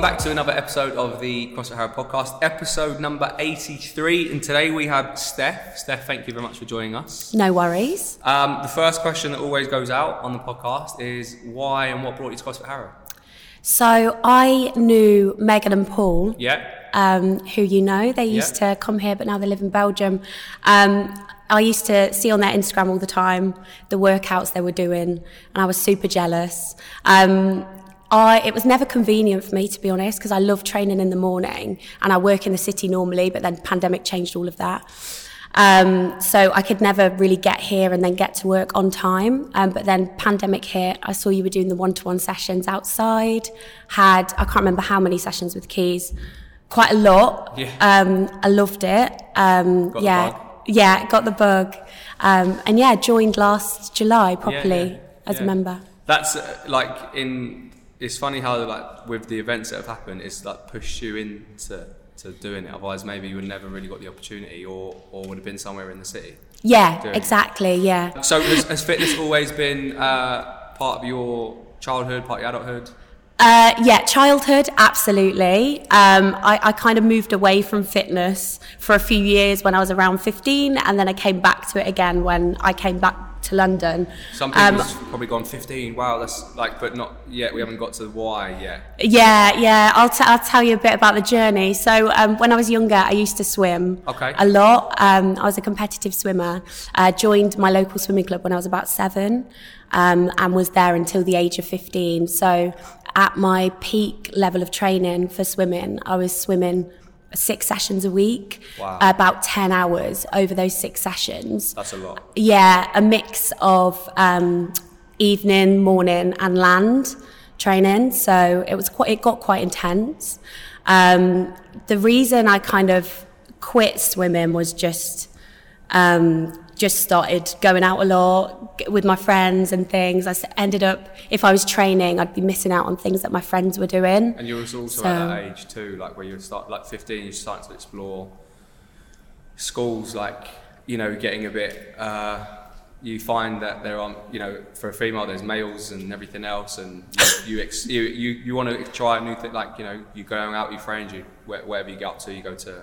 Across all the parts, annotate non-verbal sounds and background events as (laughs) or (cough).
back to another episode of the CrossFit Harrow podcast, episode number 83. And today we have Steph. Steph, thank you very much for joining us. No worries. Um, the first question that always goes out on the podcast is why and what brought you to CrossFit Harrow? So I knew Megan and Paul, Yeah. um, who you know. They used to come here, but now they live in Belgium. Um, I used to see on their Instagram all the time the workouts they were doing, and I was super jealous. Um, I, it was never convenient for me, to be honest, because I love training in the morning and I work in the city normally, but then pandemic changed all of that. Um, so I could never really get here and then get to work on time. Um, but then pandemic hit, I saw you were doing the one-to-one sessions outside. Had I can't remember how many sessions with keys, quite a lot. Yeah. Um, I loved it. Um, Got the yeah, bug. yeah, got the bug. Um, and yeah, joined last July Yeah, properly yeah, as yeah. a member. That's uh, like in. It's funny how like with the events that have happened, it's like pushed you into to doing it. Otherwise, maybe you would never really got the opportunity, or or would have been somewhere in the city. Yeah, Doing it. exactly. Yeah. So has, has fitness always been uh, part of your childhood, part of your adulthood? Uh, yeah, childhood, absolutely. Um, I, I kind of moved away from fitness for a few years when I was around 15, and then I came back to it again when I came back to London. Some Um, people's probably gone 15. Wow, that's like, but not yet. We haven't got to the why yet. Yeah, yeah. I'll, t- I'll tell you a bit about the journey. So, um, when I was younger, I used to swim Okay. a lot. Um, I was a competitive swimmer. Uh, joined my local swimming club when I was about seven um, and was there until the age of 15. So, at my peak level of training for swimming, I was swimming six sessions a week, Wow. about 10 hours over those six sessions. That's a lot. Yeah, a mix of um, evening, morning, and land training. So it was quite, it got quite intense. Um, the reason I kind of quit swimming was just, um, just started going out a lot g- with my friends and things. I s- ended up, if I was training, I'd be missing out on things that my friends were doing. And you're also also So- at that age too, like where you start, like 15, you're starting to explore schools, like, you know, getting a bit, uh, you find that there are, you know, for a female, there's males and everything else. And you, you, ex- you, you, you want to try a new thing, like, you know, you're going out with your friends, you, wh- wherever you get up to, you go to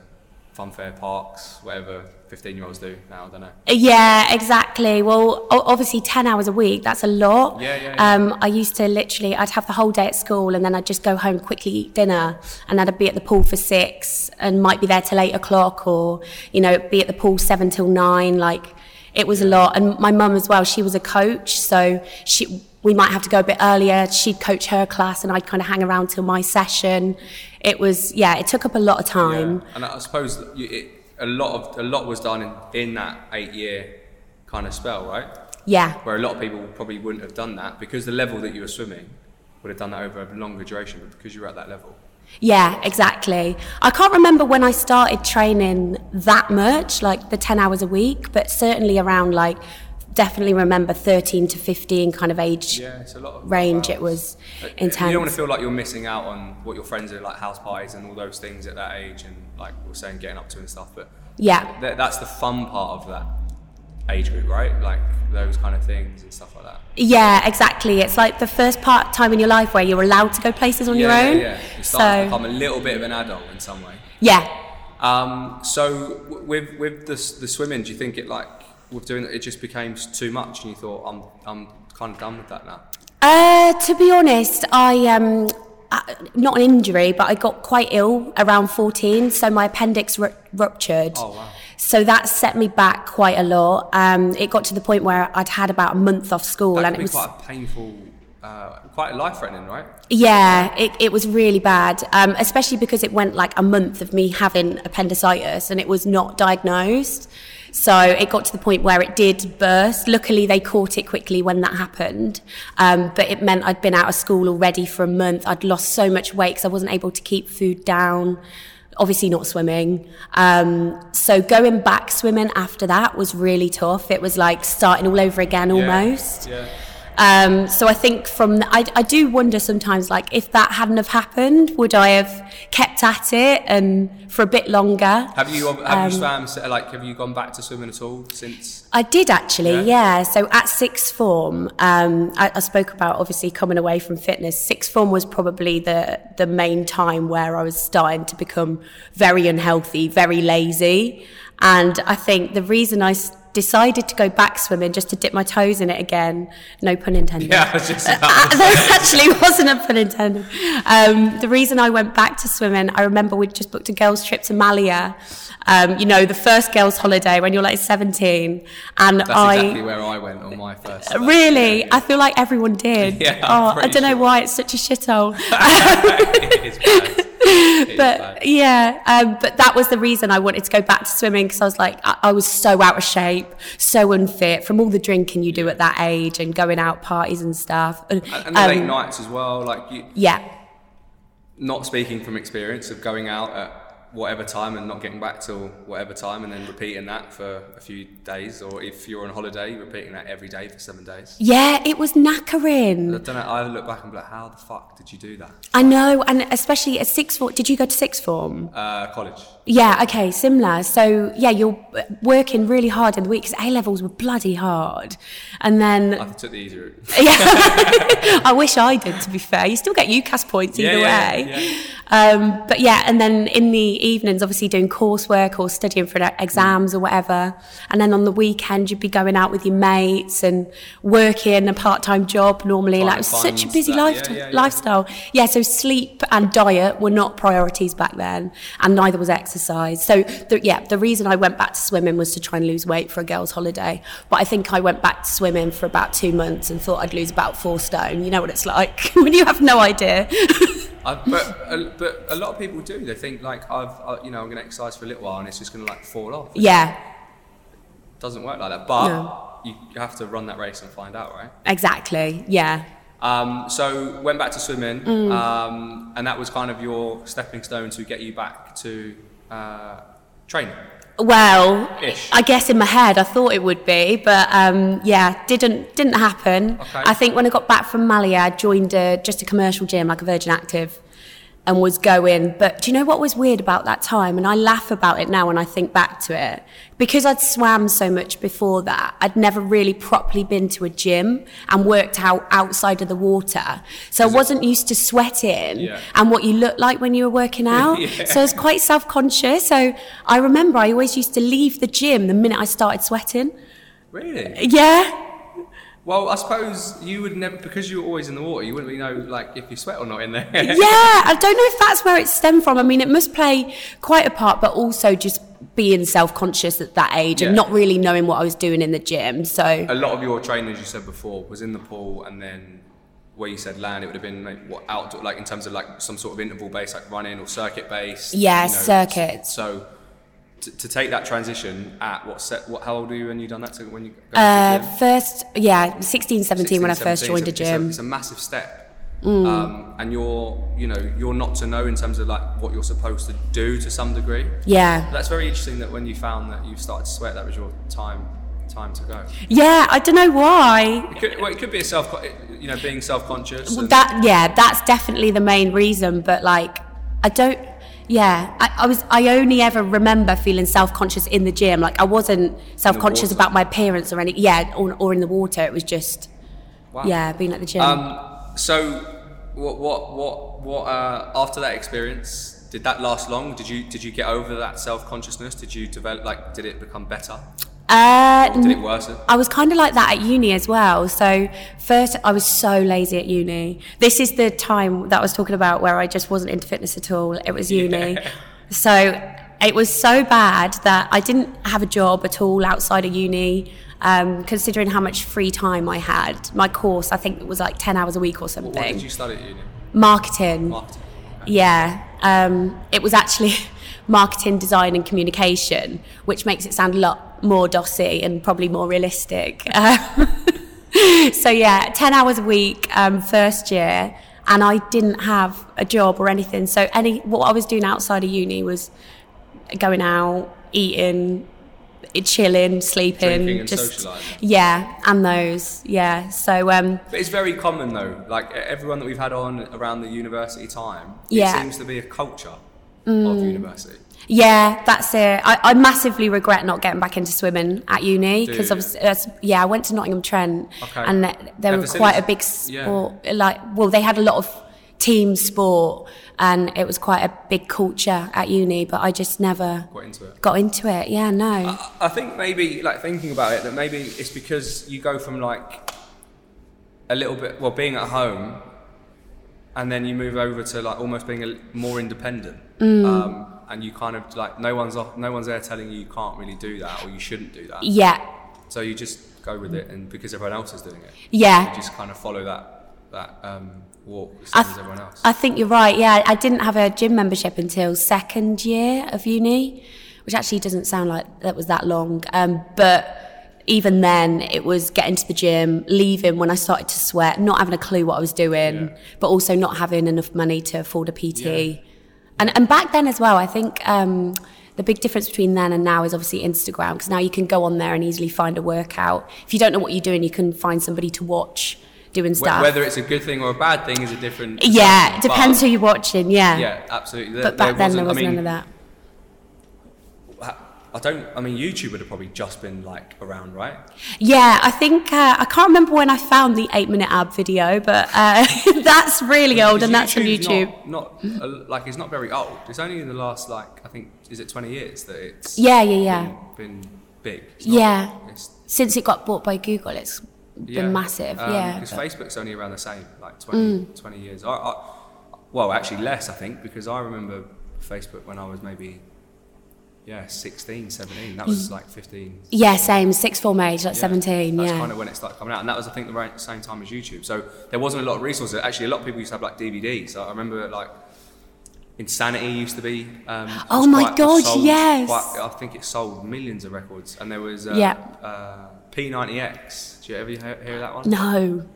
fun fair parks, whatever 15 year olds do now, I don't know. Yeah, exactly. Well, o- obviously, 10 hours a week, that's a lot. Yeah, yeah, yeah. Um, I used to literally, I'd have the whole day at school and then I'd just go home, quickly eat dinner, and then I'd be at the pool for six and might be there till eight o'clock or, you know, be at the pool seven till nine. Like, it was a lot. And my mum as well, she was a coach, so she, we might have to go a bit earlier. She'd coach her class and I'd kind of hang around till my session. It was, yeah, it took up a lot of time. Yeah. And I suppose that you, it, a lot of a lot was done in, in that eight year kind of spell, right? Yeah. Where a lot of people probably wouldn't have done that because the level that you were swimming would have done that over a longer duration, but because you were at that level. Yeah, exactly. I can't remember when I started training that much, like the 10 hours a week, but certainly around like definitely remember 13 to 15 kind of age Yeah, it's a lot of range. wow. It was Uh, You intense. don't want to feel like you're missing out on what your friends are like house parties and all those things at that age and like we we're saying getting up to and stuff, but yeah. th- that's the fun part of that age group, right? Like those kind of things and stuff like that. Yeah, exactly. It's like the first part time in your life where you're allowed to go places on yeah, your own. yeah, yeah. You start to So, become a little bit of an adult in some way. yeah, Um, so w- with with the s- the swimming, do you think it like with doing it, it just became s- too much, and you thought I'm I'm kind of done with that now. Uh, to be honest, I um, I, not an injury, but I got quite ill around 14, so my appendix ru- ruptured. Oh, wow. So that set me back quite a lot. Um, it got to the point where I'd had about a month off school, That and could it be was quite a painful, uh, quite life threatening, right? yeah, it, it was really bad, um, especially because it went like a month of me having appendicitis and it was not diagnosed. So it got to the point where it did burst. Luckily, they caught it quickly when that happened. Um, but it meant I'd been out of school already for a month. I'd lost so much weight because I wasn't able to keep food down. Obviously, not swimming. Um, so going back swimming after that was really tough. It was like starting all over again almost. Yeah. Um, so I think from the, I, I do wonder sometimes like if that hadn't have happened, would I have kept at it and for a bit longer? Have you have you swam Um, so, like have you gone back to swimming at all (laughs) since? I did actually, Yeah. yeah. So at sixth form, um, I, I spoke about obviously coming away from fitness. Sixth form was probably the the main time where I was starting to become very unhealthy, very lazy, and I think the reason I s- decided to go back swimming just to dip my toes in it again, no pun intended. Yeah, I was just Uh, (laughs) there actually wasn't a pun intended. Um, the reason I went back to swimming, I remember we'd just booked a girls' trip to Malia. Um, you know, the first girls' holiday when you're like 17. And that's I. exactly where I went on my (laughs) first. Really? I feel like everyone did. (laughs) Yeah, I'm oh, I pretty don't know sure. why it's such a (laughs) shithole. (laughs) it is bad. It is but bad. yeah, um, but that was the reason I wanted to go back to swimming because I was like, I, I was so out of shape, so unfit from all the drinking you do at that age and going out parties and stuff. And, and the um, late nights as well. Like you, yeah. not speaking from experience of going out at whatever time and not getting back till whatever time and then repeating that for a few days or if you're on holiday repeating that every day for seven days Yeah, it was i knackering. don't know i look back and be like how the fuck did you do that I know, and especially at sixth form. Did you go to sixth form? uh, college Yeah, okay, similar. So, yeah, you're uh, working really hard in the week because A levels were bloody hard. And then i took the easy route Yeah. (laughs) I wish I did, to be fair. You still get UCAS points Yeah, either yeah, way. yeah, yeah. Um, but yeah, and then in the evenings, obviously doing coursework or studying for e- exams or whatever. And then on the weekend, you'd be going out with your mates and working a part time job normally. Trying like, it to was such a find busy that- yeah, life- yeah, yeah. lifestyle. Yeah, so sleep and diet were not priorities back then, and neither was exercise. So, the, yeah, the reason I went back to swimming was to try and lose weight for a girls' holiday. But I think I went back to swimming for about two months and thought I'd lose about four stone. You know what it's like (laughs) when you have no idea. (laughs) I, but, a, but a lot of people do they think like i've I, you know i'm going to exercise for a little while and it's just going to like fall off it yeah, doesn't work like that but No. you you have to run that race and find out right exactly. Yeah. Um, so went back to swimming, Mm. um, and that was kind of your stepping stone to get you back to uh, training. Well, Ish. I guess in my head I thought it would be, but um, yeah, didn't didn't happen. Okay. I think when I got back from Malia, I joined a, just a commercial gym, like a Virgin Active, and was going. But do you know what was weird about that time? And I laugh about it now when I think back to it, because I'd swam so much before that. I'd never really properly been to a gym and worked out outside of the water, so I wasn't used to sweating Yeah. and what you looked like when you were (laughs) working out. Yeah. So I was quite self conscious. So I remember I always used to leave the gym the minute I started sweating. Really? (laughs) Yeah. Well, I suppose you would never because you were always in the water. You wouldn't really know like if you sweat or not in there. (laughs) Yeah. I don't know if that's where it stemmed from. I mean, it must play quite a part, but also just being self conscious at that age and Yeah. not really knowing what I was doing in the gym. So, a lot of your training, as you said before, was in the pool, and then where you said land, it would have been like, what outdoor, like in terms of like some sort of interval based, like running or circuit based. Yeah, circuits. So. To, to take that transition at what set? What? How old were you when you done that? To when you go to the uh, gym? first, yeah, 16, 17 when I first 16, joined 17, a it's gym. It's a, massive step. Um, and you're, you know, you're not to know in terms of like what you're supposed to do to some degree. Yeah. That's very interesting that when you found that you started to sweat, that was your time time to go. Yeah. I don't know why. It could, well, it could be a self, you know, being self conscious. Well, that yeah that's definitely the main reason but like i don't yeah I, I was i only ever remember feeling self-conscious in the gym like i wasn't self-conscious water. about my appearance or any yeah or, or in the water it was just wow. yeah being at the gym Ah. Um, so, what, what, what, what? Uh, after that experience, did that last long? Did you, did you get over that self consciousness? Did you develop, like, did it become better? uh, Or did it worsen? I was kind of like that at uni as well. So first, I was so lazy at uni. This is the time that I was talking about where I just wasn't into fitness at all. It was uni. (laughs) So it was so bad that I didn't have a job at all outside of uni. Um, considering how much free time I had, my course I think it was like ten hours a week or something. What did you study at uni? marketing. Marketing. Yeah, um, it was actually (laughs) marketing, design, and communication, which makes it sound a lot more dossy and probably more realistic. (laughs) Um, so yeah, ten hours a week, um, first year, and I didn't have a job or anything. So any what I was doing outside of uni was going out, eating, chilling, sleeping, Drinking and just socialising. yeah, and those yeah. So um, But it's very common though. Like e- everyone that we've had on around the university time, Yeah. Mm. it seems to be a culture of university. Yeah, that's it. I, I massively regret not getting back into swimming at uni Do because you? yeah. I went to Nottingham Trent Okay. and th- they Yeah, were the quite a city's- big yeah. sport. Like, well, they had a lot of team sport and it was quite a big culture at uni, but I just never Quite into it. got into it. Yeah, no. I- I think maybe like thinking about it that maybe it's because you go from like a little bit well being at home and then you move over to like almost being a l more independent Mm. um, and you kind of like no one's off, no one's there telling you you can't really do that or you shouldn't do that yeah, so you just go with it and because everyone else is doing it you yeah. just kind of follow that that um, walk the same I th- as everyone else I think you're right. Yeah, I didn't have a gym membership until second year of uni, which actually doesn't sound like that was that long. Um, but even then, it was getting to the gym, leaving when I started to sweat, not having a clue what I was doing, Yeah. but also not having enough money to afford a PT. Yeah. And, and back then as well, I think um, the big difference between then and now is obviously Instagram, because now you can go on there and easily find a workout. If you don't know what you're doing, you can find somebody to watch doing Wh- stuff. whether it's a good thing or a bad thing is a different Yeah, it but- depends who you're watching. Yeah. yeah absolutely There- But back then there I was mean, none of that. Ha- I don't. I mean, YouTube would have probably just been like around, right? Yeah, I think uh, I can't remember when I found the eight minute ab video, but uh, (laughs) that's really old, Because and that's on YouTube's YouTube. Not, not uh, like it's not very old. It's only in the last like I think is it twenty years that it's Yeah, yeah, yeah. been, been big. It's not- Yeah. it's Since it got bought by Google, it's been yeah. massive. Um, yeah. Mm. because but- Facebook's only around the same, like 20, 20 years. I, I, well, actually less, I think, because I remember Facebook when I was maybe yeah 16, 17. That was like fifteen. yeah, same sixth form age, like Yeah, seventeen. That's yeah. kind of when it started coming out, and that was I think the right, same time as YouTube. So there wasn't a lot of resources. Actually, a lot of people used to have like DVDs. I I remember like Insanity used to be. (gasps) Um, it Oh was my quite- God, sold yes. quite- I think it sold millions of records, and there was uh, Yeah. uh, P90X. Do you ever hear, hear that one? no,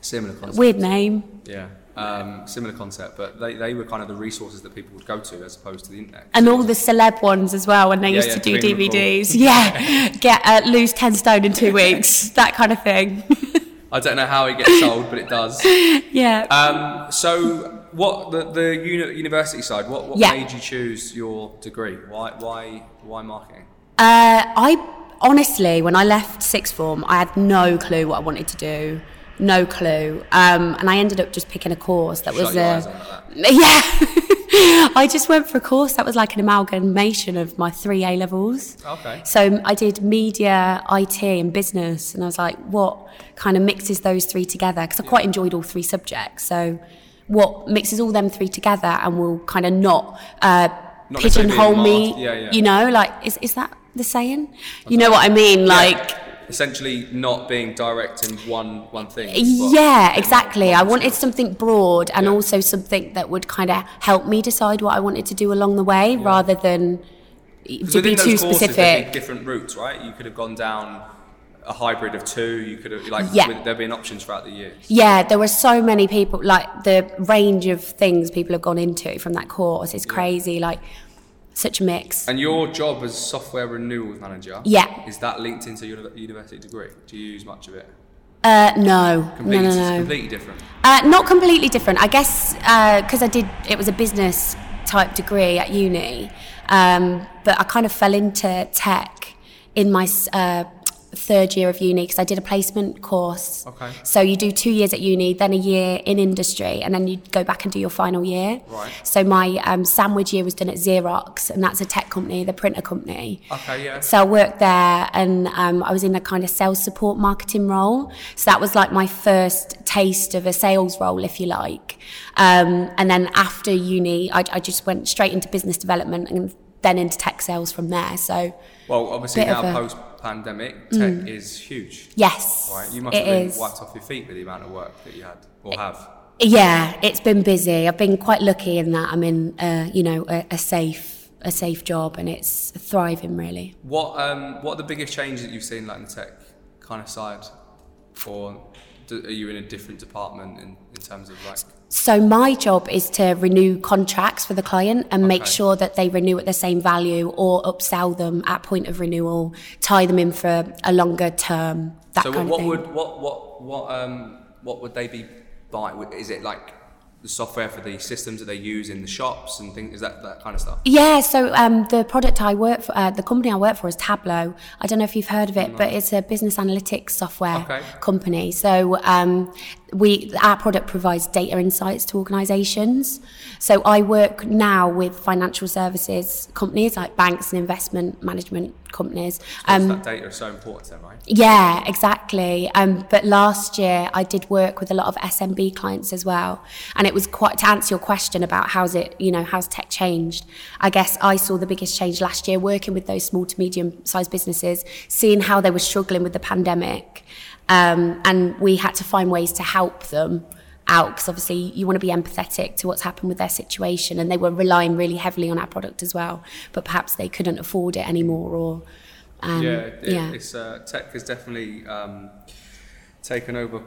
Similar concept. weird name. yeah. Um, similar concept, but they, they were kind of the resources that people would go to as opposed to the internet. And all the celeb ones as well when they Yeah, used yeah, to do Dream Recall. (laughs) DVDs. Yeah, get uh, lose ten stone in two weeks, that kind of thing. (laughs) I don't know how it gets sold, but it does. yeah. Um, so, what the, the uni- university side? What, what Yeah. made you choose your degree? Why why why marketing? Uh, I honestly, when I left sixth form, I had no clue what I wanted to do. No clue. Um, and I ended up just picking a course that Shut was uh, your a. eyes on like that. Yeah. (laughs) I just went for a course that was like an amalgamation of my three A levels. Okay. So I did media, IT, and business, and I was like, what kind of mixes those three together? Because I quite enjoyed all three subjects. So what mixes all them three together and will kind of not, uh, Not necessarily pigeonhole me? marked- yeah, yeah. You know, like is is that the saying? You know what I mean? Like. Essentially, not being direct in one one thing. but Uh, Yeah, in exactly. I multiple wanted skills. something broad and Yeah. also something that would kind of help me decide what I wanted to do along the way rather than to within be those too courses, there'd be specific. different routes, right? You could have gone down a hybrid of two. You could have like Yeah. with, there'd been options throughout the year. Yeah, there were so many people, like the range of things people have gone into from that course is crazy, like such a mix. And your job as software renewals manager, Yeah. is that linked into your uni- university degree? Do you use much of it? Uh, no, no, Completely, no, It's no. completely different. Uh, not completely different. I guess because I did, it was a business type degree at uni, um, but I kind of fell into tech in my s- uh, third year of uni because I did a placement course. Okay. So you do two years at uni, then a year in industry, and then you go back and do your final year. Right. So my um, sandwich year was done at Xerox, and that's a tech company, the printer company. Okay, yeah. So I worked there and um, I was in a kind of sales support marketing role. So that was like my first taste of a sales role, if you like. Um, and then after uni, I, I just went straight into business development and then into tech sales from there. So, Well, obviously Bit now of a- Mm. post pandemic, tech is huge, yes. right? You must it have been is. wiped off your feet with the amount of work that you had or have. Yeah, it's been busy. I've been quite lucky in that I'm in, uh, you know, a, a safe, a safe job, and it's thriving really. What um, what are the biggest changes that you've seen like in the tech kind of side, or Do, are you in a different department in, in terms of like? So my job is to renew contracts for the client and make Okay. sure that they renew at the same value or upsell them at point of renewal, tie them in for a longer term. That so kind what of thing. would what what what um what would they be buying? Would- Is it like the software for the systems that they use in the shops and things? Is that that kind of stuff? Yeah, so um, the product I work for, uh, the company I work for is Tableau. I don't know if you've heard of it, but it's a business analytics software Okay. company. So um, we, our product provides data insights to organisations. So I work now with financial services companies like banks and investment management companies. Um, that data is so important, to them, right? Yeah, exactly. Um, but last year I did work with a lot of SMB clients as well, and it was quite to answer your question about how's it, you know, how's tech changed. I guess I saw the biggest change last year working with those small to medium sized businesses, seeing how they were struggling with the pandemic, um, and we had to find ways to help them out because obviously you want to be empathetic to what's happened with their situation, and they were relying really heavily on our product as well, but perhaps they couldn't afford it anymore or. Um, yeah, it, it's uh, tech has definitely um, taken over,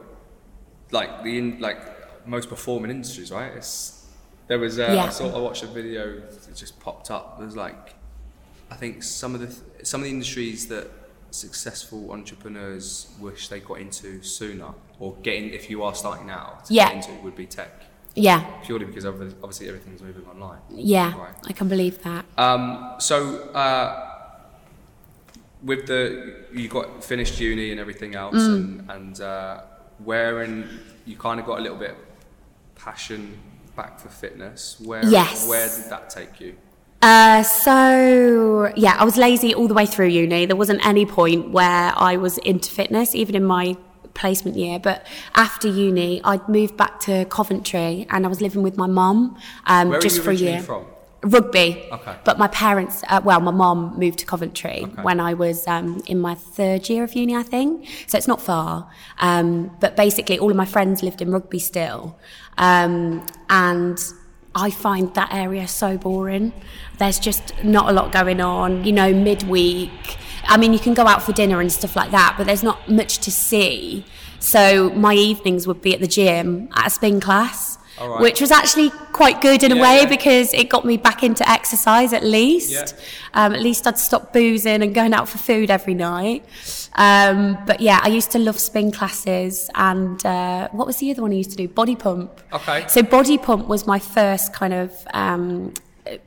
like the in, like most performing industries, right? It's there was uh, Yeah. I saw I watched a video that just popped up. There's like I think some of the th- some of the industries that successful entrepreneurs wish they got into sooner or getting if you are starting out to Yeah. get into would be tech yeah. purely because obvi- obviously everything's moving online. Yeah, Right. I can believe that. Um, so uh, with the you got finished uni and everything else, Mm. and, and uh, where in you kind of got a little bit passion back for fitness. Where Yes. where did that take you? Uh, so yeah, I was lazy all the way through uni. There wasn't any point where I was into fitness, even in my placement year. But after uni, I'd moved back to Coventry, and I was living with my mum um, Where just are you for a originally year. from? Rugby. Okay. But my parents, uh, well, my mom moved to Coventry Okay. when I was um, in my third year of uni, I think. So it's not far. Um, but basically, all of my friends lived in Rugby still. Um, and I find that area so boring. There's just not a lot going on, you know, midweek. I mean, you can go out for dinner and stuff like that, but there's not much to see. So my evenings would be at the gym at a spin class, All right. which was actually quite good in a Yeah, way yeah. because because it got me back into exercise at least. Yeah. Um, at least I'd stop boozing and going out for food every night. Um, but yeah, I used to love spin classes and uh, what was the other one I used to do? Body pump. Okay. So body pump was my first kind of um,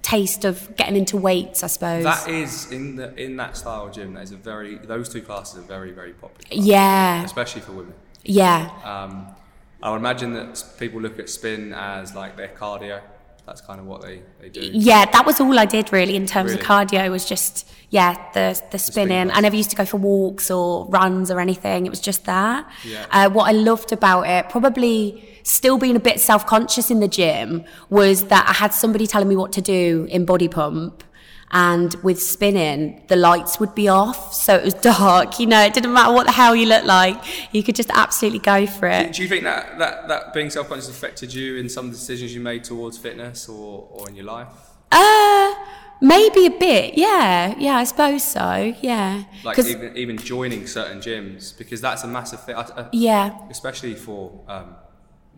taste of getting into weights, I suppose. That is in the in that style gym. That is a very those two classes are very very popular, yeah, especially for women. yeah. Um, I would imagine that s- people look at spin as like their cardio. That's kind of what they, they do. Yeah, that was all I did really in terms of Really? cardio was just yeah the the spinning. I class. never used to go for walks or runs or anything. It was just that. Yeah. Uh, what I loved about it, probably still being a bit self conscious in the gym, was that I had somebody telling me what to do in body pump. And with spinning, the lights would be off, so it was (laughs) dark. You know, it didn't matter what the hell you looked like; you could just absolutely go for it. Do you think that, that, that being self conscious affected you in some decisions you made towards fitness or, or in your life? Uh, maybe a bit. Yeah, yeah, I suppose so. Yeah, Like 'Cause- even, even joining certain gyms? Because that's a massive thing, I- I- yeah, especially for um,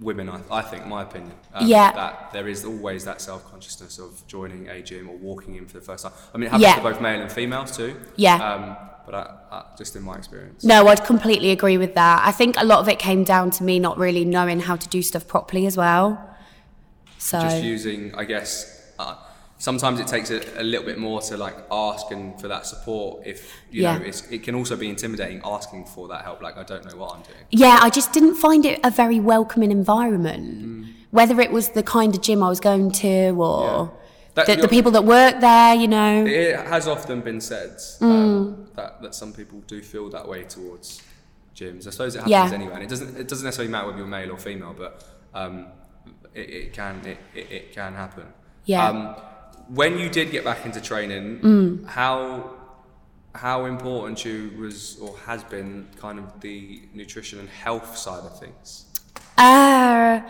women, I, I think, my opinion. Um, Yeah. That there is always that self consciousness of joining a gym or walking in for the first time. I mean, it happens Yeah. to both male and females too. Yeah. Um, but I, I, just in my experience. no, I'd completely agree with that. I think a lot of it came down to me not really knowing how to do stuff properly as well. So just using i guess uh, sometimes it takes a, a little bit more to like ask and for that support if you Yeah. know it's, it can also be intimidating asking for that help like i don't know what i'm doing yeah, I just didn't find it a very welcoming environment. Mm. Whether it was the kind of gym I was going to or That- the, the you're- people that work there, you know. it has often been said um, Mm. that, that some people do feel that way towards gyms i suppose it happens Yeah. anyway and it doesn't it doesn't necessarily matter whether you're male or female but um, it, it can it, it, it can happen Yeah. um, when you did get back into training how how important to you was or has been kind of the nutrition and health side of things Uh,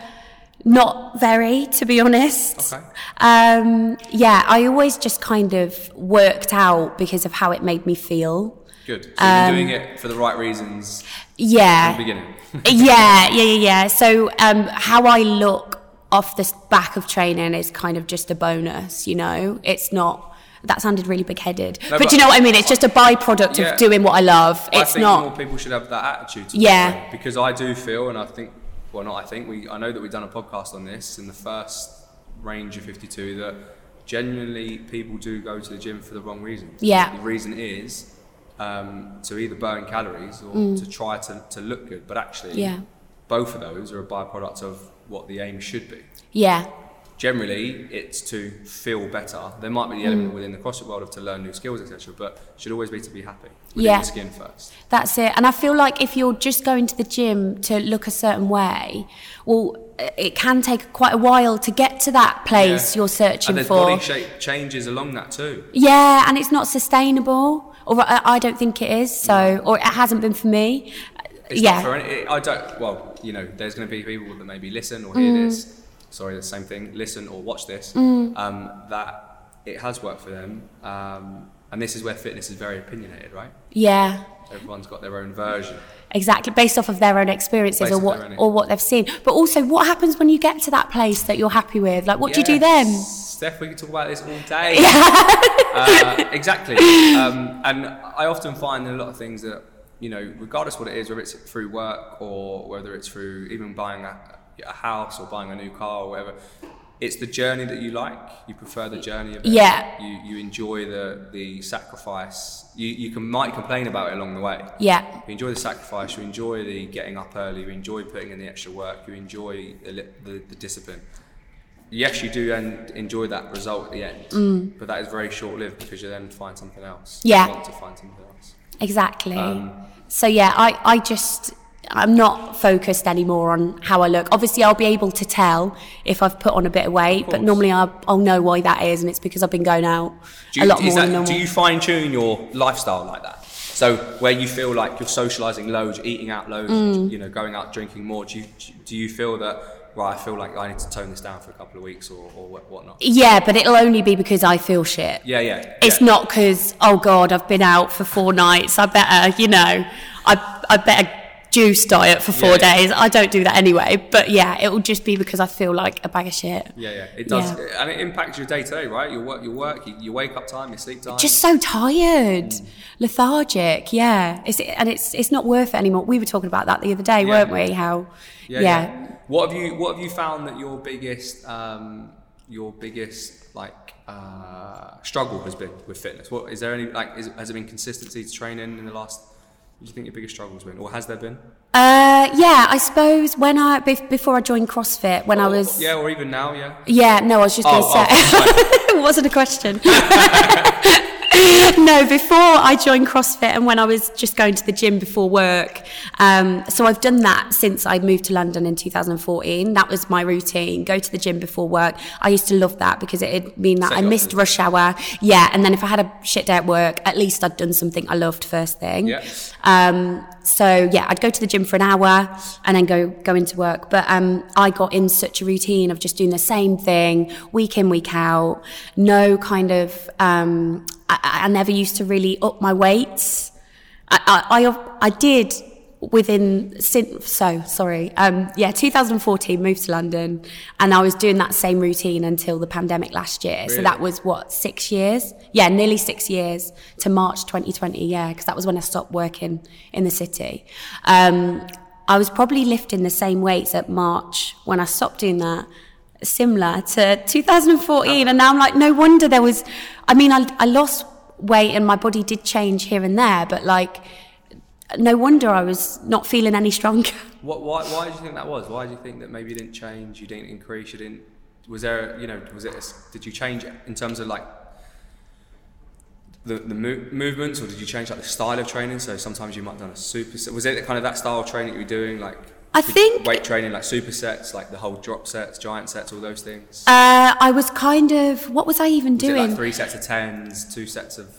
not very, to be honest. Okay. Um, yeah, I always just kind of worked out because of how it made me feel. Good. So you're doing it for the right reasons Yeah. from the beginning. yeah, yeah, yeah, yeah. So um, how I look off this back of training is kind of just a bonus, you know. It's not. That sounded really big-headed, No, but, you but- know what I mean. It's just a byproduct Yeah. of doing what I love. I it's think not. more people should have that attitude. To Yeah. it, Because I do feel, and I think, well, not I think we, I know that we've done a podcast on this in the first range of 52 that genuinely people do go to the gym for the wrong reasons. Yeah. The reason is um, to either burn calories or to try to, to look good, but actually, Mm. Yeah. both of those are a byproduct of what the aim should be. yeah, generally it's to feel better. There might be the element Mm. within the CrossFit world of to learn new skills, etc. But it should always be to be happy. Within Yeah. The skin first. that's it. And I feel like if you're just going to the gym to look a certain way, well, it can take quite a while to get to that place Yeah. you're searching and there's for. body shape changes along that too. Yeah, and it's not sustainable, or I I don't think it is. So, or it hasn't been for me. It's yeah, Not for any, it, I don't. Well, you know, there's going to be people that maybe listen or hear Mm. this. Sorry, the same thing. Listen or watch this. Um, that it has worked for them. Um, and this is where fitness is very opinionated, right? yeah, Everyone's got their own version. exactly. Based off of their own experiences Based or off what their own- or what they've seen. But also, what happens when you get to that place that you're happy with? Like, what do you do Yes, then? Steph, we could talk about this all (laughs) day. uh, exactly. Um, and I often find in a lot of things that, you know, regardless what it is, whether it's through work or whether it's through even buying a, a house or buying a new car or whatever, it's the journey that you like. You prefer the journey of it. Yeah. You, you enjoy the, the sacrifice. You, you can might complain about it along the way. Yeah, You enjoy the sacrifice, you enjoy the getting up early, you enjoy putting in the extra work, you enjoy the, li- the, the discipline. Yes, you do and enjoy that result at the end, but that is very short lived because you then find something else. Mm. Yeah. You want to find something else. exactly. Um, so yeah, I I just. I'm not focused anymore on how I look. Obviously, I'll be able to tell if I've put on a bit of weight, but course. normally I'll, I'll know why that is, and it's because I've been going out Do you, a lot is more that- than normal. Do you fine tune your lifestyle like that? So where you feel like you're socializing loads, you're eating out loads, Mm. you know, going out drinking more. Do you do you feel that? Right, I feel like I need to tone this down for a couple of weeks or, or what- whatnot. Yeah, but it'll only be because I feel shit. Yeah, yeah. It's yeah. not because oh god, I've been out for four nights. I better, you know, I I better juice diet for four Yeah. days. I don't do that anyway. But yeah, it'll just be because I feel like a bag of shit. Yeah, yeah, it does, Yeah. and it impacts your day to day, right? Your work, your work, your, your wake up time, your sleep time. Just so tired, lethargic. Yeah, it's and it's it's not worth it anymore. We were talking about that the other day, weren't we? How, yeah, What have you What have you found that your biggest um, your biggest like uh, struggle has been with fitness? What is there any like? Is, has there been consistency to training in the last? What do you think your biggest struggle has been, or has there been? Uh, yeah. I suppose when I bef- before I joined CrossFit, when I was Oh, uh, yeah, or even now, yeah. Yeah, no, I was just Oh, going to say. (laughs) it wasn't a question. (laughs) no, before I joined CrossFit and when I was just going to the gym before work. Um, so I've done that since I moved to London in 2014. That was my routine go to the gym before work. I used to love that because it'd mean that Set I you up missed for the rush hour. Yeah, and then if I had a shit day at work, at least I'd done something I loved first thing. Yeah. Um, so yeah, I'd go to the gym for an hour and then go go into work. But um, I got in such a routine of just doing the same thing week in week out. No kind of um, I- I, I never used to really up my weights. I I, I, I did within since so sorry um yeah 2014 moved to london and i was doing that same routine until the pandemic last year so Really? that was what six years yeah nearly six years to march 2020 yeah because that was when i stopped working in the city um i was probably lifting the same weights at march when i stopped doing that similar to 2014 and now i'm like no wonder there was i mean i, I lost weight and my body did change here and there but like no wonder I was not feeling any stronger. (laughs) What? Why? Why do you think that was? Why do you think that maybe you didn't change? You didn't increase? You didn't? Was there? You know? Was it? a s did you change in terms of like the the mo- movements, or did you change like the style of training? So sometimes you might have done a superset. Was it kind of that style of training that you were doing? Like I did- think- weight training, like supersets, like the whole drop sets, giant sets, all those things. Uh, I was kind of, what was I even was it doing? like three sets of tens, two sets of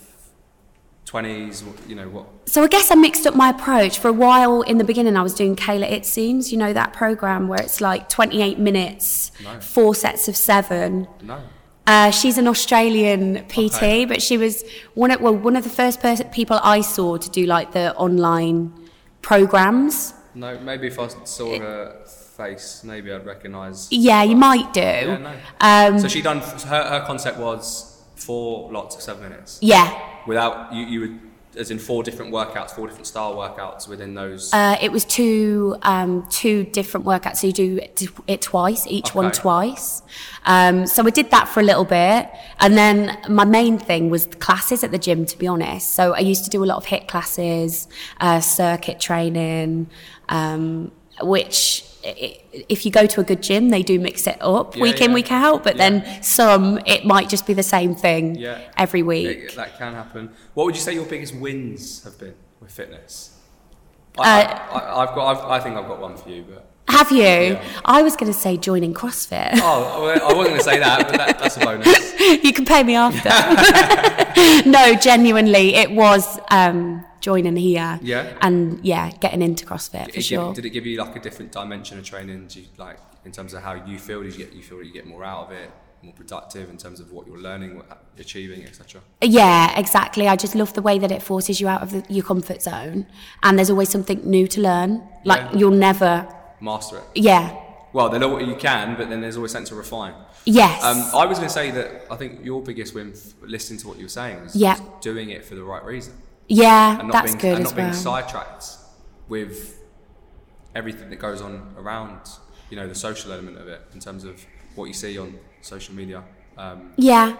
twenties? You know what? so I guess I mixed up my approach. For a while in the beginning, I was doing Kayla It Seems, you know, that program where it's like 28 minutes, No. four sets of seven. No. Uh, she's an Australian PT, Okay. but she was one of, well, one of the first pers- people I saw to do like the online programs. No, maybe if I saw her face, maybe I'd recognise. Yeah, you might do. Yeah, no. um, so she done her, her concept was four lots of seven minutes yeah. without you you would as in four different workouts, four different style workouts within those. Uh, it was two um, two different workouts. So you do it t- it twice, each one Okay. twice. Um, so I did that for a little bit, and then my main thing was the classes at the gym. To be honest, so I used to do a lot of hit classes, uh, circuit training, um, which. i- i- If you go to a good gym, they do mix it up Yeah, week in, yeah. week out. But Yeah. then some, it might just be the same thing Yeah. every week. It- that can happen. What would you say your biggest wins have been with fitness? I, Uh, I, I, I've got. I've, I think I've got one for you, but Have you? Yeah. I was going to say joining CrossFit. (laughs) oh, I wasn't going to say that, but that, that's a bonus. you can pay me (laughs) after. no, genuinely, it was um, joining here. Yeah? And yeah, getting into CrossFit for it sure. give, did it give you like a different dimension of training? Do you, like in terms of how you feel? Did you get you feel you get more out of it, more productive in terms of what you're learning, what you're achieving, etc. yeah, exactly. I just love the way that it forces you out of the, your comfort zone. And there's always something new to learn. Like, Yeah. you'll never, Master it. yeah, Well, they know what you can, but then there's always something to refine. yes. Um, I was going to say that I think your biggest win, f- listening to what you were saying, was Yeah. just doing it for the right reason yeah, and not that's being good and as not well. being sidetracked with everything that goes on around. You know, the social element of it in terms of what you see on social media. Um, yeah,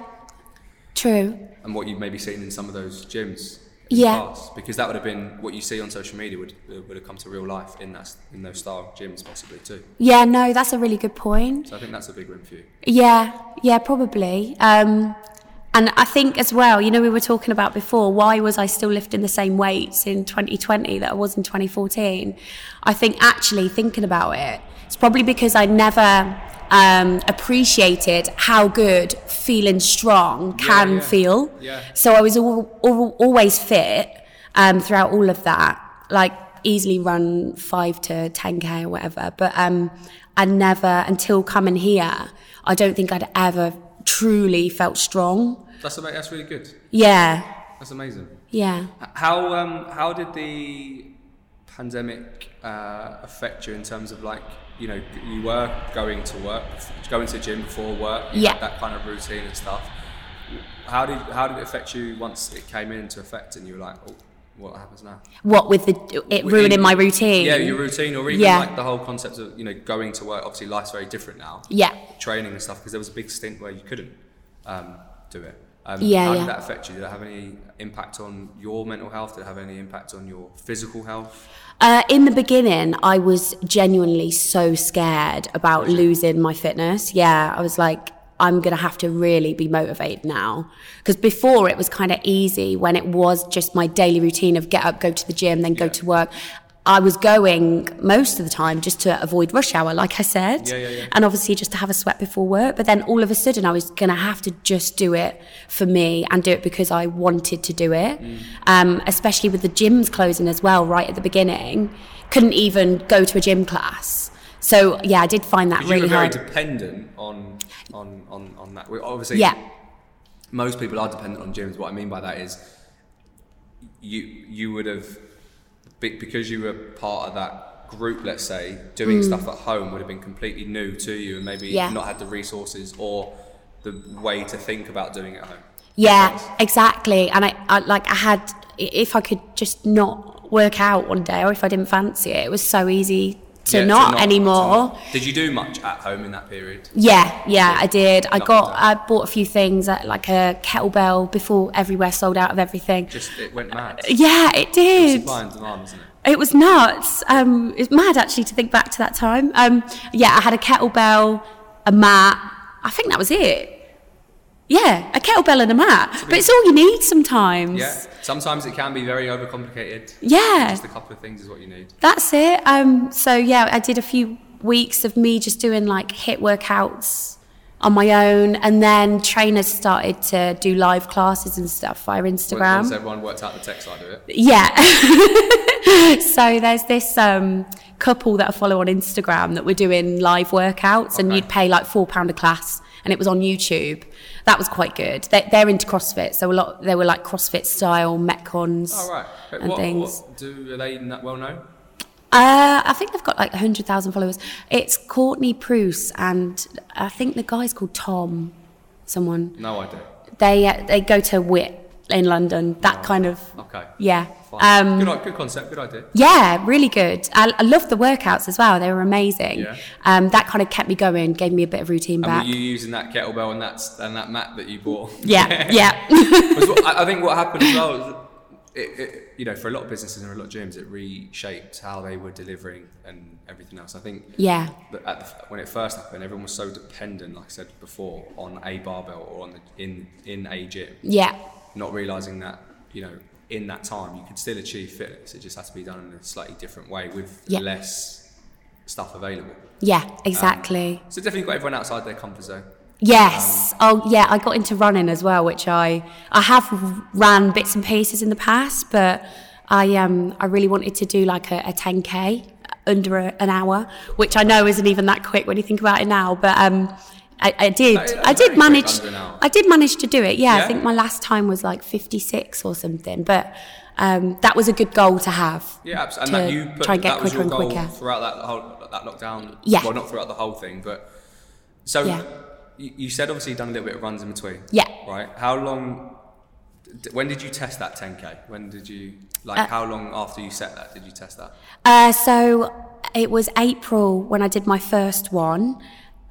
true. and what you've maybe seen in some of those gyms in Yeah. the past because that would have been what you see on social media would would have come to real life in that in those style gyms possibly too Yeah, no, that's a really good point. so i think that's a big win for you Yeah, yeah, probably. Um, and I think as well, you know, we were talking about before, why was I still lifting the same weights in 2020 that I was in 2014? I think actually thinking about it, it's probably because I never um, appreciated how good feeling strong can yeah. feel. Yeah. So I was all, all, always fit um, throughout all of that, like easily run five to 10K or whatever. But um, I never, until coming here, I don't think I'd ever truly felt strong. that's ama- that's really good Yeah, that's amazing yeah. H- how um how did the pandemic uh, affect you in terms of like you know you were going to work going to the gym before work you Yeah. had that kind of routine and stuff how did how did it affect you once it came into effect and you were like oh what happens now What with the it Well, ruining in- my routine? Yeah, your routine, or even Yeah. like the whole concept of you know going to work. Obviously, life's very different now. Yeah. Training and stuff because there was a big stint where you couldn't um, do it. Um, Yeah, How yeah. did that affect you? Did it have any impact on your mental health? Did it have any impact on your physical health? Uh, in the beginning, I was genuinely so scared about losing my fitness. Yeah, I was like, I'm going to have to really be motivated now. Because before it was kind of easy when it was just my daily routine of get up, go to the gym, then go Yeah. to work. I was going most of the time just to avoid rush hour, like I said. Yeah, yeah, yeah. And obviously just to have a sweat before work. But then all of a sudden I was going to have to just do it for me and do it because I wanted to do it. Mm. Um, especially with the gyms closing as well, right at the beginning. Couldn't even go to a gym class. So yeah, I did find that Because you really were very hard. dependent on on on on that. Well, Obviously, yeah. most people are dependent on gyms. What I mean by that is, you you would have be- because you were part of that group, let's say, doing stuff at home would have been completely new to you, and maybe Mm. Yeah. not had the resources or the way to think about doing it at home. Yeah, Yes. exactly. And I, I like I had i- if I could just not work out one day or if I didn't fancy it, it was so easy to Yeah, not, to anymore. Did you do much at home in that period? Yeah, yeah, I did. I Not got, bad. I bought a few things at like a kettlebell before everywhere sold out of everything. Just it went mad. Yeah, it did. Supply and demand, wasn't it? It was nuts. Um, it's mad actually to think back to that time. Um, yeah, I had a kettlebell, a mat. I think that was it. Yeah, a kettlebell and a mat. But it's all you need sometimes. Yeah. Sometimes it can be very overcomplicated. Yeah. Just a couple of things is what you need. That's it. Um, so yeah, I did a few weeks of me just doing like hit workouts on my own, and then trainers started to do live classes and stuff via Once Instagram. everyone worked out the tech side of it. Yeah. (laughs) so there's this um, couple that I follow on Instagram that were doing live workouts, and Okay. you'd pay like four pound a class, and it was on YouTube. that was quite good. They, they're into CrossFit, so a lot they were like CrossFit style metcons All right. But and what, things. what do are they kn- well known? Uh, I think they've got like 100,000 followers. It's Courtney Pruce and I think the guy's called Tom, someone. No idea. They uh, they go to WIT in London, that kind of, Oh, Okay. yeah. Fine. Um, good, i- good concept. Good idea. yeah, really good. I, I loved the workouts as well. They were amazing. Yeah. Um, that kind of kept me going, gave me a bit of routine And were back. you using that kettlebell and that s- and that mat that you bought? (laughs) yeah, yeah. (laughs) 'Cause what- I I think what happened as well, is it, it, you know, for a lot of businesses and a lot of gyms, it reshaped how they were delivering and everything else. I think yeah. that at the, when it first happened, everyone was so dependent, like I said before, on a barbell or on the, in in a gym, Yeah. not realizing that you know in that time you could still achieve fitness. It just has to be done in a slightly different way with Yeah. less stuff available. Um, Yeah, exactly. So definitely got everyone outside their comfort zone. Yes. oh, yeah. I got into running as well, which I I have ran bits and pieces in the past, but I um I really wanted to do like a, a 10k under a, an hour, which I know isn't even that quick when you think about it now, but um. I, I did. That is- I that's did very quick manage. under an hour. I did manage to do it. Yeah, Yeah? I think my last time was like 56 or something. But um, that was a good goal to have. Yeah, absolutely. To And that you put, try and get that was quicker your and goal quicker. throughout that whole that lockdown. Yeah. Well, not throughout the whole thing, but so Yeah. you, you said obviously you've done a little bit of runs in between. Yeah. Right. How long? d- When did you test that 10k? When did you like? Uh, how long after you set that did you test that? Uh, so it was April when I did my first one,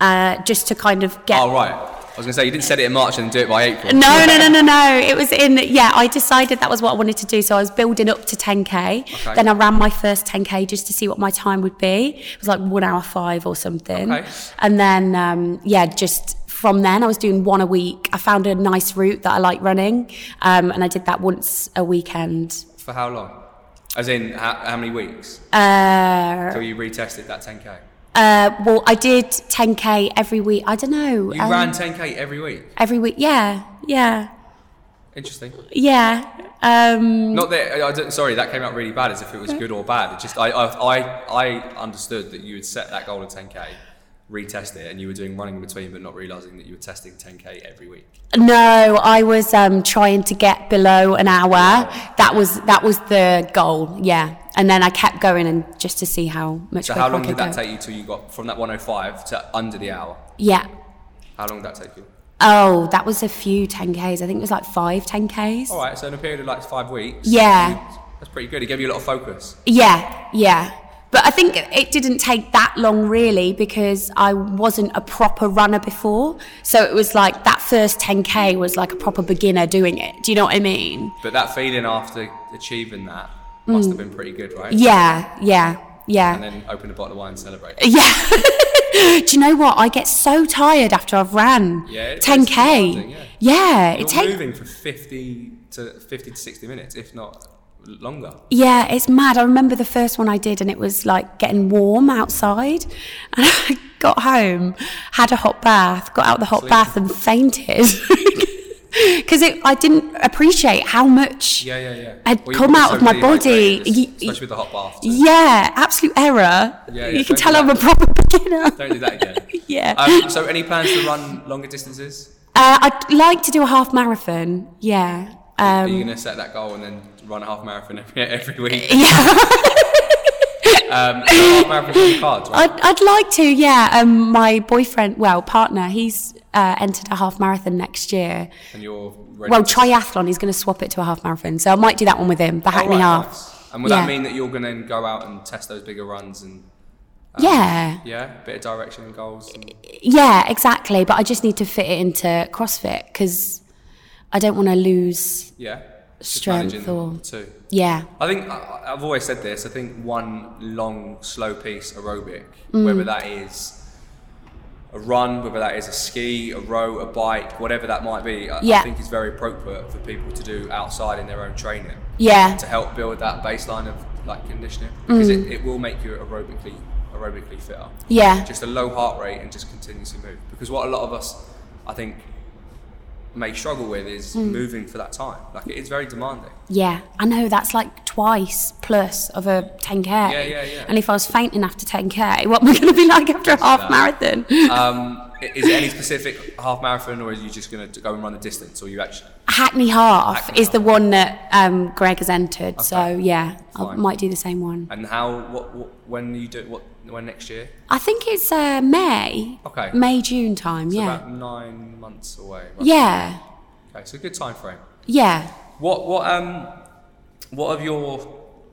uh, just to kind of get. Oh right. I was gonna say you didn't set it in March and do it by April. No, no, no, no, no. It was in, yeah, I decided that was what I wanted to do. So I was building up to 10K. Okay. Then I ran my first 10K just to see what my time would be. It was like one hour five or something. Okay. And then, um, yeah, just from then, I was doing one a week. I found a nice route that I like running. Um, and I did that once a weekend. For how long? As in how, how many weeks? Uh, Till you retested that 10k. uh, well, I did 10K every week. I don't know. You um, ran 10k every week. every week. Yeah, yeah, Interesting. yeah. Um, Not that I don't, sorry, that came out really bad. As if it was good or bad. It just I I I, I understood that you had set that goal of 10k, retest it, and you were doing running in between, but not realizing that you were testing 10k every week. no, I was um, trying to get below an hour. That was that was the goal. Yeah, and then I kept going and just to see how much. So quicker how long I did could that go. take you till you got from that 105 to under the hour? Yeah. How long did that take you? Oh, that was a few 10Ks. I think it was like five 10Ks. All right, so in a period of like five weeks. Yeah. you- that's pretty good. It gave you a lot of focus. Yeah, yeah. But I think it didn't take that long really because I wasn't a proper runner before. So it was like that first 10K was like a proper beginner doing it. Do you know what I mean? But that feeling after achieving that must have been pretty good, right? Mm. Yeah, yeah, And yeah. then open a bottle of wine and celebrate. Yeah. Do you know what? I get so tired after I've ran Yeah, it's 10K. demanding, yeah. it You're takes moving for 50 to 50 to 60 minutes, if not longer. Yeah, it's mad. I remember the first one I did, and it was like getting warm outside. (laughs) And I got home, had a hot bath, got out the hot Sleep. bath, and fainted (laughs) because I didn't appreciate how much Yeah, yeah, yeah. had you come were out so of my body. dehydrated, Y- y- especially with the hot bath. too. Yeah, absolute error. Yeah, yeah, you can don't do tell I'm a that. proper beginner. Don't do that again. (laughs) yeah, Um, so, any plans to run longer distances? uh, I'd like to do a half marathon. Yeah. Are you Um, going to set that goal and then run a half marathon every, (laughs) every week? (laughs) yeah. (laughs) Um, so half marathon on the cards, right? I'd, I'd like to, yeah. Um, my boyfriend, well, partner, he's uh, entered a half marathon next year. and you're ready Well, to- triathlon, he's going to swap it to a half marathon. So I might do that one with him, the All Hackney right, Half. nice. And will Yeah. that mean that you're going to go out and test those bigger runs and um, Yeah, yeah, bit of direction and goals? And, yeah, exactly. But I just need to fit it into CrossFit because I don't want to lose. yeah, just Strength managing or- the two. Yeah, I think I, I've always said this. I think one long, slow piece aerobic, Mm. whether that is a run, whether that is a ski, a row, a bike, whatever that might be, I, I Yeah. think is very appropriate for people to do outside in their own training yeah, Mm. to help build that baseline of like conditioning because it, it will make you aerobically aerobically fitter. yeah, Just a low heart rate and just continuously move because what a lot of us, I think, may struggle with is Mm. moving for that time. Like it is very demanding. yeah. I know that's like twice plus of a 10K. yeah, yeah. And if I was fainting after 10K, what am I going to be like after a half that. marathon? Um, i- is it any specific half marathon, or are you just going to go and run the distance, or you actually? Hackney Half Hackney is the Half. one that um, Greg has entered. So Okay. yeah, I Fine. might do the same one. And how? What? what when you do? What? When next year? I think it's uh, May, Okay. May June time. So yeah, About nine months away. Right? yeah, Okay, so good time frame. yeah. What? What? Um, what of your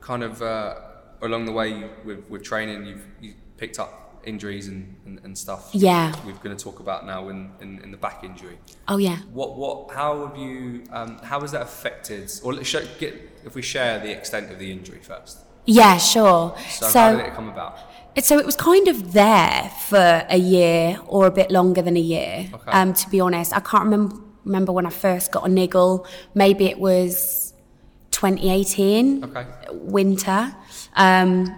kind of uh, along the way with, with training, you've you picked up injuries and, and, and stuff. Yeah. We're going to talk about now in, in, in the back injury. Oh yeah. What, what, how have you, um, how has that affected, or let's show, get, if we share the extent of the injury first. Yeah, sure. So, So, how did it come about? it, so it was kind of there for a year or a bit longer than a year. Okay. Um, to be honest, I can't remember remember when I first got a niggle. Maybe it was 2018 Okay. winter. Um,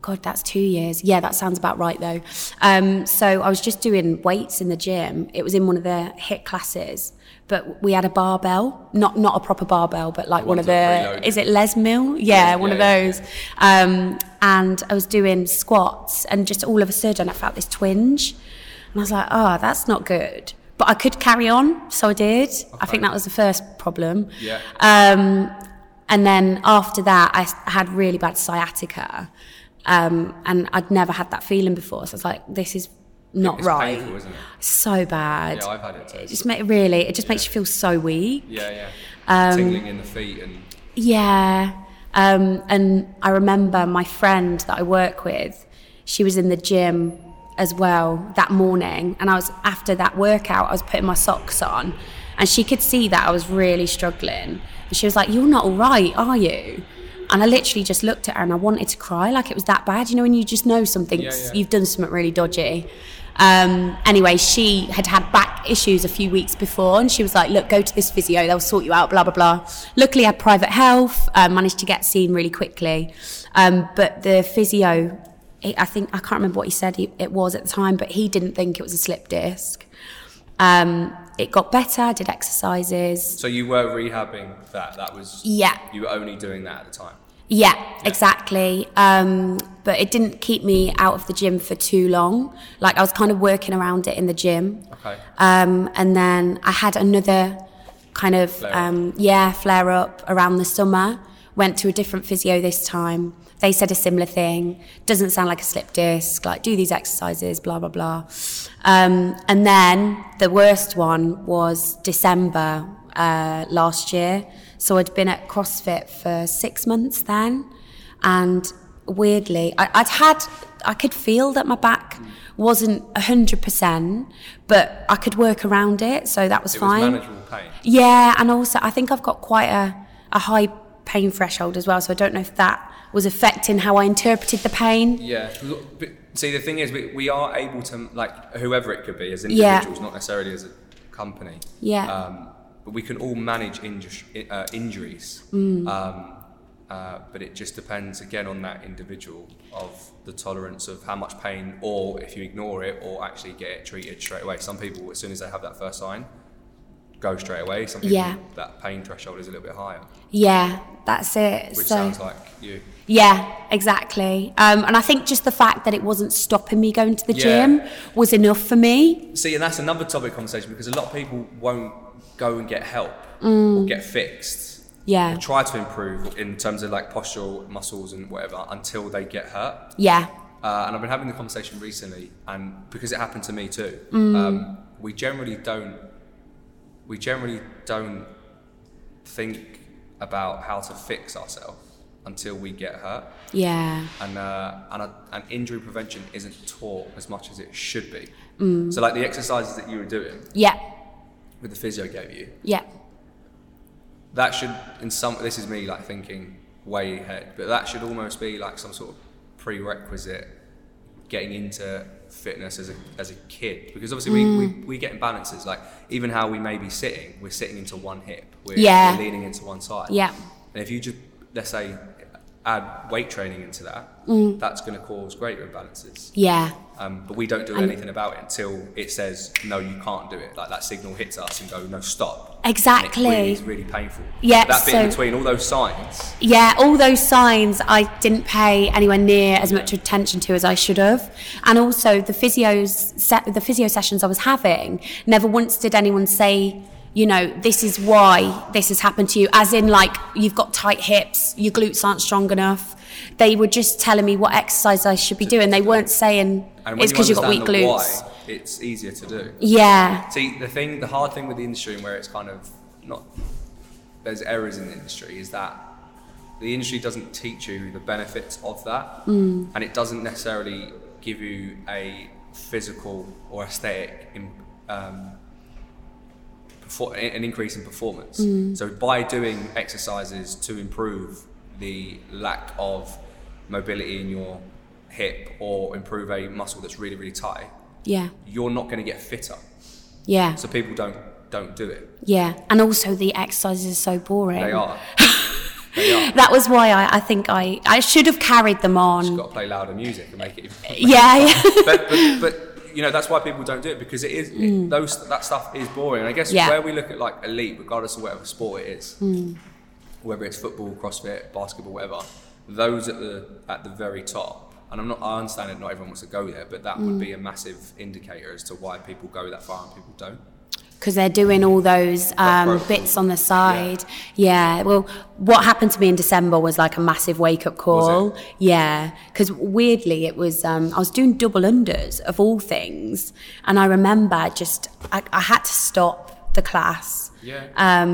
God, that's two years. Yeah, that sounds about right though. Um, so I was just doing weights in the gym. It was in one of the hit classes, but we had a barbell, not not a proper barbell, but like The one ones of the that is it Les Mill? Yeah, Yeah, one of yeah, yeah, those. Um, and I was doing squats, and just all of a sudden I felt this twinge, and I was like, oh, that's not good. But I could carry on, so I did. I Okay. think that was the first problem. Yeah. Um, and then after that, I s- had really bad sciatica, um, and I'd never had that feeling before. So I was like, "This is not It's right." painful, isn't it? So bad. Yeah, I've had it it too. just ma- really, it just makes you feel so weak. Yeah, yeah. Um, Tingling in the feet and Yeah. Um, and I remember my friend that I work with, she was in the gym as well that morning. And I was, after that workout, I was putting my socks on. And she could see that I was really struggling. And she was like, You're not all right, are you? And I literally just looked at her and I wanted to cry, like it was that bad. You know, when you just know something's, yeah. you've done something really dodgy. Um, anyway, she had had back issues a few weeks before, and she was like, "Look, go to this physio; they'll sort you out." Blah blah blah. Luckily, I had private health, uh, managed to get seen really quickly. Um, but the physio, he, I think I can't remember what he said he, it was at the time, but he didn't think it was a slip disc. Um, it got better. I did exercises. so you were rehabbing that. That was Yeah, you were only doing that at the time. Yeah, exactly. Um, but it didn't keep me out of the gym for too long. Like I was kind of working around it in the gym. Okay. Um, and then I had another kind of Flare up. um, yeah flare up around the summer. Went to a different physio this time. They said a similar thing. Doesn't sound like a slip disc. Like do these exercises. Blah blah blah. Um, and then the worst one was December uh, last year. So I'd been at CrossFit for six months then, and weirdly, I, I'd had, I could feel that my back wasn't hundred percent, but I could work around it, so that was It fine. was manageable pain. Yeah, and also I think I've got quite a, a high pain threshold as well, so I don't know if that was affecting how I interpreted the pain. Yeah. Look, but- See, the thing is, we, we are able to like whoever it could be as Yeah. individuals, not necessarily as a company. Yeah. Um, but we can all manage inju- uh, injuries. Mm. Um, uh, but it just depends again on that individual of the tolerance of how much pain, or if you ignore it, or actually get it treated straight away. Some people, as soon as they have that first sign, go straight away. Some people, Yeah. that pain threshold is a little bit higher, Yeah, that's it. which so. sounds like you. Yeah, exactly. Um, and I think just the fact that it wasn't stopping me going to the Yeah. gym was enough for me. See, and that's another topic of conversation because a lot of people won't go and get help or get fixed or Yeah, try to improve in terms of like postural muscles and whatever until they get hurt. yeah, Uh, and I've been having the conversation recently, and because it happened to me too, um, we generally don't we generally don't think about how to fix ourselves until we get hurt, yeah, and uh, and, uh and injury prevention isn't taught as much as it should be. So like the exercises that you were doing yeah, with the physio gave you, yeah, that should in some this is me like thinking way ahead but that should almost be like some sort of prerequisite getting into fitness as a, as a kid because obviously we, Mm. we, we get imbalances like even how we may be sitting we're sitting into one hip we're, Yeah. we're leaning into one side yeah, and if you just let's say add weight training into that, that's going to cause greater imbalances. Mm. Yeah. Um, but we don't do anything about it until it says, no, you can't do it. Like that signal hits us and go, no, stop. Exactly. And it really is really painful. Yeah, That bit in so- between, all those signs. Yeah, all those signs I didn't pay anywhere near as much attention to as I should have, and also the physios, se- the physio sessions I was having. Never once did anyone say, you know, this is why this has happened to you. As in, like you've got tight hips, your glutes aren't strong enough. They were just telling me what exercise I should be doing. They weren't saying And when it's because you you've got weak understand the glutes. Why, it's easier to do. Yeah, See, the thing, the hard thing with the industry and where it's kind of not, there's errors in the industry is that the industry doesn't teach you the benefits of that and it doesn't necessarily give you a physical or aesthetic in, um, perfor- an increase in performance. So by doing exercises to improve the lack of mobility in your hip or improve a muscle that's really, really tight, yeah, you're not going to get fitter yeah, so people don't don't do it. yeah. And also the exercises are so boring. They (laughs) are. they are. That was why I, I think I, I should have carried them You've on. got to play louder music and make it. Yeah, yeah. (laughs) But, but but you know that's why people don't do it because it is it, those that stuff is boring. And I guess Mm. Yeah. Mm. where we look at like elite, regardless of whatever sport it is, whether it's football, CrossFit, basketball, whatever, those at the at the very top. And I'm not. I understand that not everyone wants to go there, but that Mm. would be a massive indicator as to why people go that far and people don't. because they're doing all those um, protocols. bits on the side. Yeah. Well, what happened to me in December was like a massive wake up call. Was Yeah. Because weirdly, it was um, I was doing double unders of all things, and I remember just I, I had to stop the class. Yeah. Um,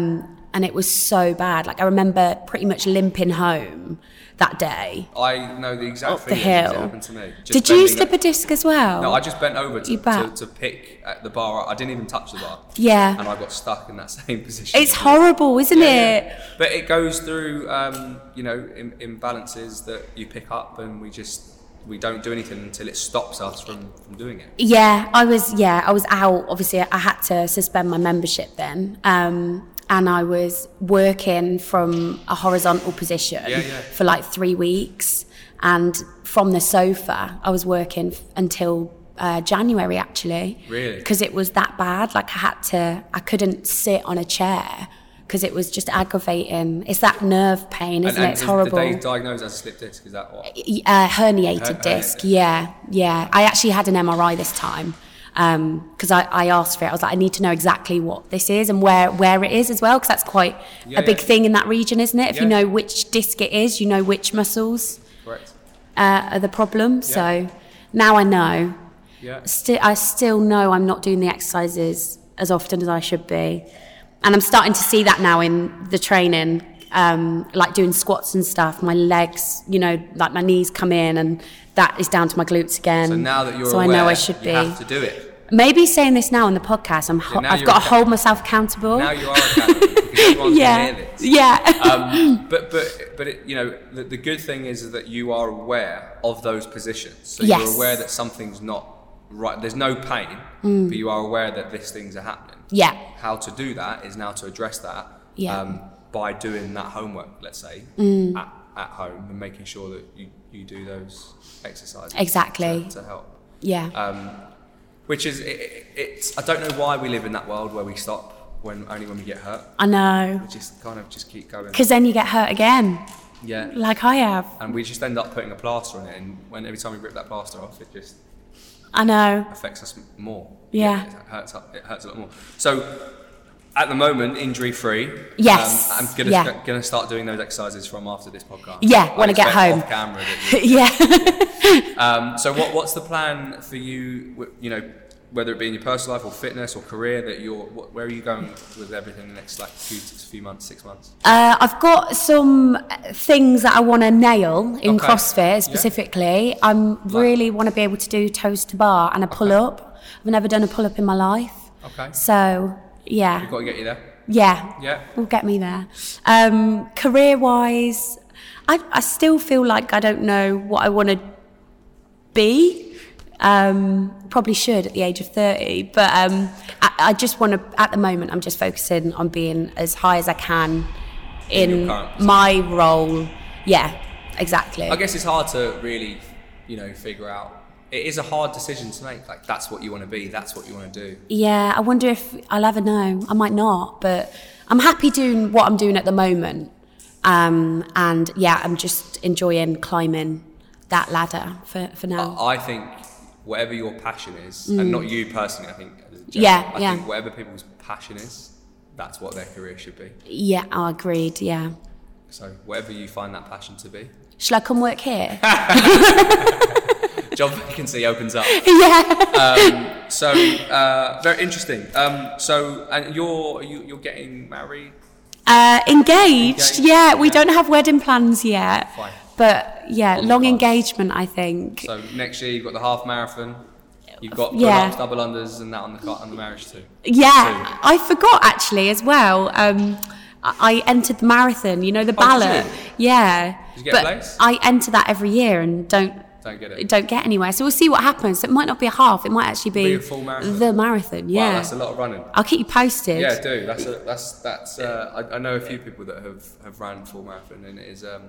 and it was so bad. Like I remember pretty much limping home that day. I know the exact Up thing. the that hill. happened to me. Just Did you bending- slip a disc as well? No, I just bent over to, Oh. You to, bat. to pick at the bar. I didn't even touch the bar. Yeah. And I got stuck in that (laughs) same position. it's horrible, isn't Yeah, it? yeah. But it goes through, um, you know, Im- imbalances that you pick up, and we just we don't do anything until it stops us from, from doing it. Yeah, I was. Yeah, I was out. Obviously, I had to suspend my membership then, um, and I was working from a horizontal position Yeah, yeah. for like three weeks, and from the sofa, I was working f- until uh, January actually. Really? Because it was that bad. Like I had to. I couldn't sit on a chair because it was just aggravating. It's that nerve pain, isn't and it? It's did- horrible Did they diagnose as a slip disc? Is that what? uh, herniated Her- disc. herniated. Yeah, yeah. I actually had an MRI this time because I, I asked for it. I was like, I need to know exactly what this is and where where it is as well, because that's quite Yeah, a big yeah. thing in that region, isn't it? If you Yeah. know which disc it is, you know which muscles Correct. uh, are the problem. So now I know. Yeah. Still, I still know I'm not doing the exercises as often as I should be, and I'm starting to see that now in the training, um, like doing squats and stuff. My legs, you know, like my knees come in, and that is down to my glutes again. So now that you're Mm. so aware, I know I should you be. have to do it. Maybe saying this now on the podcast, I'm ho- now I've you're got to accounta- hold myself accountable. Now you are accountable because everyone Oh. (laughs) yeah, can hear this. yeah, um, but but but it, you know the, the good thing is that you are aware of those positions so Yes. you're aware that something's not right there's no pain Mm. but you are aware that these things are happening (laughs) yeah, how to do that is now to address that um, Yeah. Mm. by doing that homework let's say at, at home and making sure that you, you do those exercises Exactly. to, to help yeah, uh, which is it, it, it's i don't know why we live in that world where we stop when only when we get hurt I know. we just kind of just keep going Because then you get hurt again, yeah like I have. and we just end up putting a plaster on it and when every time we rip that plaster off it just I know. (laughs) affects us m- more Yeah. it hurts up, it hurts a lot more so at the moment injury free Yes. um, i'm gonna, Yeah. gonna start doing those exercises from after this podcast Yeah, I when I get expect home. off camera that (laughs) you- yeah. um, so what, what's the plan for you w- you know whether it be in your personal life or fitness or career that you're what, where are you going with everything in the next like few, few months six months Uh, I've got some uh, things that I want to nail in Okay. Yeah. CrossFit specifically. I'm really want to be able to do toes to bar and a pull up. I've never done a pull up in my life. okay So, yeah. we've got to get you there Yeah. Yeah. Will get me there. Um, career wise, I, I still feel like I don't know what I want to be. Um, probably should at the age of 30, but um, I, I just want to, at the moment, I'm just focusing on being as high as I can in, your current position. my role. Yeah. exactly. I guess it's hard to really, you know, figure out. It is a hard decision to make. Like that's what you want to be. That's what you want to do. Yeah, I wonder if I'll ever know. I might not, but I'm happy doing what I'm doing at the moment. Um, and yeah, I'm just enjoying climbing that ladder for, for now. I I think whatever your passion is, and not you personally. I think. as a general, Mm. Yeah, I yeah. Think whatever people's passion is, that's what their career should be. yeah, I agreed. Yeah. So whatever you find that passion to be, (laughs) Shall I come work here? (laughs) job vacancy opens up. yeah. So uh, very interesting. Um, so and you're you, you're getting married. Uh, Engaged, engaged. Yeah, we yeah. don't have wedding plans yet. Fine. But yeah, On the long cards. engagement, I think. So next year you've got the half marathon. You've got Yeah. pull-ups, double unders, and that on the car- on the marriage too. Yeah, I forgot actually as well. Um, I I entered the marathon, you know, the Oh, did ballot. you? Yeah. Did you get but placed? I enter that every year and don't Don't get it. don't get anywhere. So we'll see what happens. It might not be a half. It might actually be, Be a full marathon. the marathon. Yeah. Wow, that's a lot of running. I'll keep you posted. Yeah, do that's a, that's that's. Uh, I, I know a few people that have have ran full marathon, and it is um,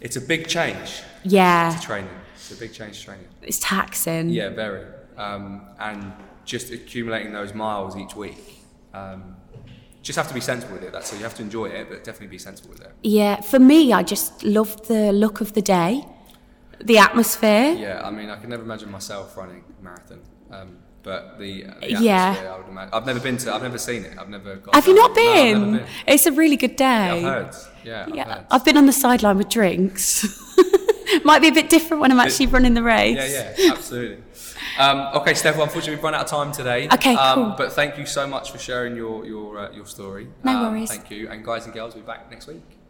it's a big change Yeah, to training. It's a big change to training. It's taxing. Yeah, very. Um, and just accumulating those miles each week. Um, just have to be sensible with it. That's all. You have to enjoy it, but definitely be sensible with it. Yeah, For me, I just loved the look of the day, the atmosphere. Yeah, I mean, I can never imagine myself running a marathon. Um, but the, uh, the Yeah. atmosphere, I would imagine. I've never been to. I've never seen it. I've never. Gone Have you down- not No, I've been? never been. It's a really good day. I've heard. Yeah. I've Yeah, heard. I've been on the sideline with drinks. (laughs) Might be a bit different when I'm actually running the race. Yeah, yeah, absolutely. Um, okay, Steph, well, unfortunately, we've run out of time today. Okay, um, cool. But thank you so much for sharing your your uh, your story. No Um, worries. Thank you, and guys and girls, we'll be back next week.